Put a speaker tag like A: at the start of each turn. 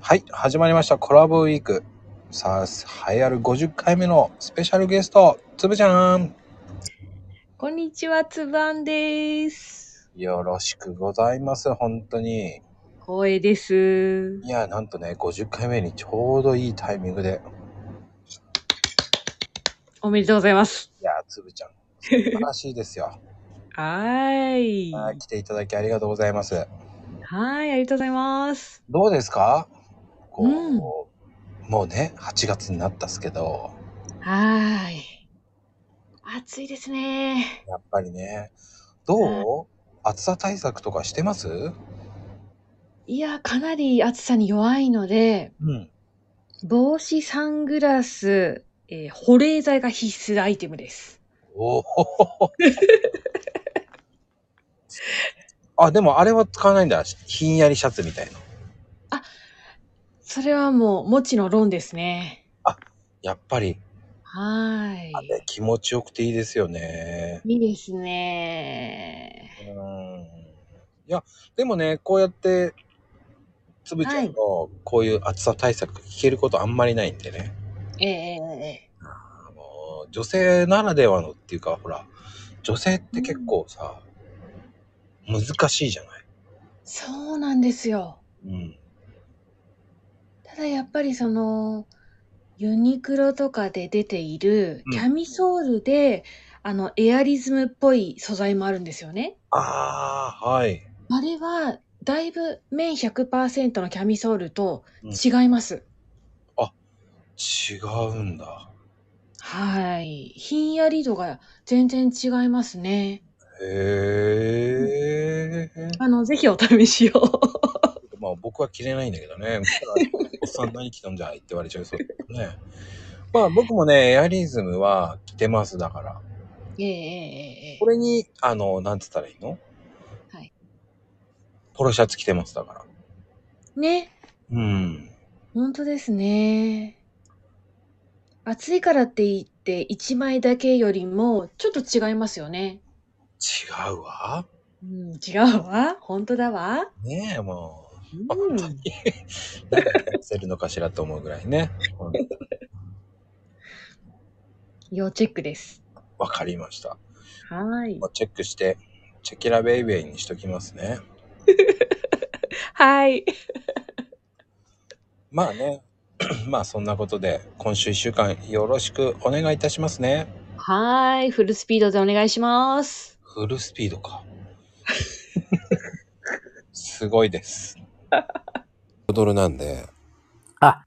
A: はい、始まりました。コラボウィーク。さあ、栄えある50回目のスペシャルゲスト、つぶちゃん。
B: こんにちは、つばんです。
A: よろしくございます。本当に。
B: 光栄です。
A: いや、なんとね、50回目にちょうどいいタイミングで。
B: おめでとうございます。
A: いや、つぶちゃん。素晴らしいですよ。
B: はー い。
A: は
B: はい
A: い、来ていただきありがとうございます。
B: ありがとうございます。
A: どうですかこう、
B: うん
A: もうね、8月になったっすけど、
B: はーい。暑いですね。
A: やっぱりね、どう暑さ対策とかしてますう
B: いや、かなり暑さに弱いので、
A: ん。
B: 帽子、サングラス、えー保冷剤が必須アイテムです。
A: おお。 あ、でもあれは使わないんだ。ひんやりシャツみたいな。
B: それはもう、もちの論ですね。
A: やっぱり、
B: はーい
A: あ。れ気持ちよくていいですよね。
B: いいですね。
A: うん。いや、でもね、こうやって、つぶちゃんのこういう暑さ対策聞けることあんまりないんでね。
B: えええええ
A: あの女性ならではのっていうか、ほら、女性って結構さ、難しいじゃない。
B: えそうなんですよ。
A: うん。
B: ただやっぱりそのユニクロとかで出ている
A: うん
B: キャミソールで、あのエアリズムっぽい素材もあるんですよね。
A: ああ、はい。
B: あれはだいぶ綿100%のキャミソールと
A: うん
B: 違います。
A: 違うんだ。
B: はい。ひんやり度が全然違いますね。
A: へえ。
B: あの、ぜひお試し を。
A: まあ僕は着れないんだけど ね。おっさん何着たんじゃいって言われちゃいそうだけどね。まあ僕もね、エアリズムは着てますだから。
B: ええええええ
A: これに、あの、なんつったらいいの
B: はい。
A: ポロシャツ着てますだから。
B: ね。
A: うん。
B: 本当ですね。暑いからって言って1枚だけよりもちょっと違いますよね。
A: 違うわ。
B: うん、違うわ。本当だわ。
A: ねえ、もう。
B: うん。
A: 誰が痩せるのかしらと思うぐらいね。うん
B: 要チェックです。
A: わかりました。
B: はーい
A: ま。あチェックして、チェキラベイベーにしときますね。
B: はい。
A: まあね。 まあそんなことで、今週1週間よろしくお願いいたしますね。
B: はーい。フルスピードでお願いします。
A: フルスピードか。すごいです。踊るなんで。
C: あ、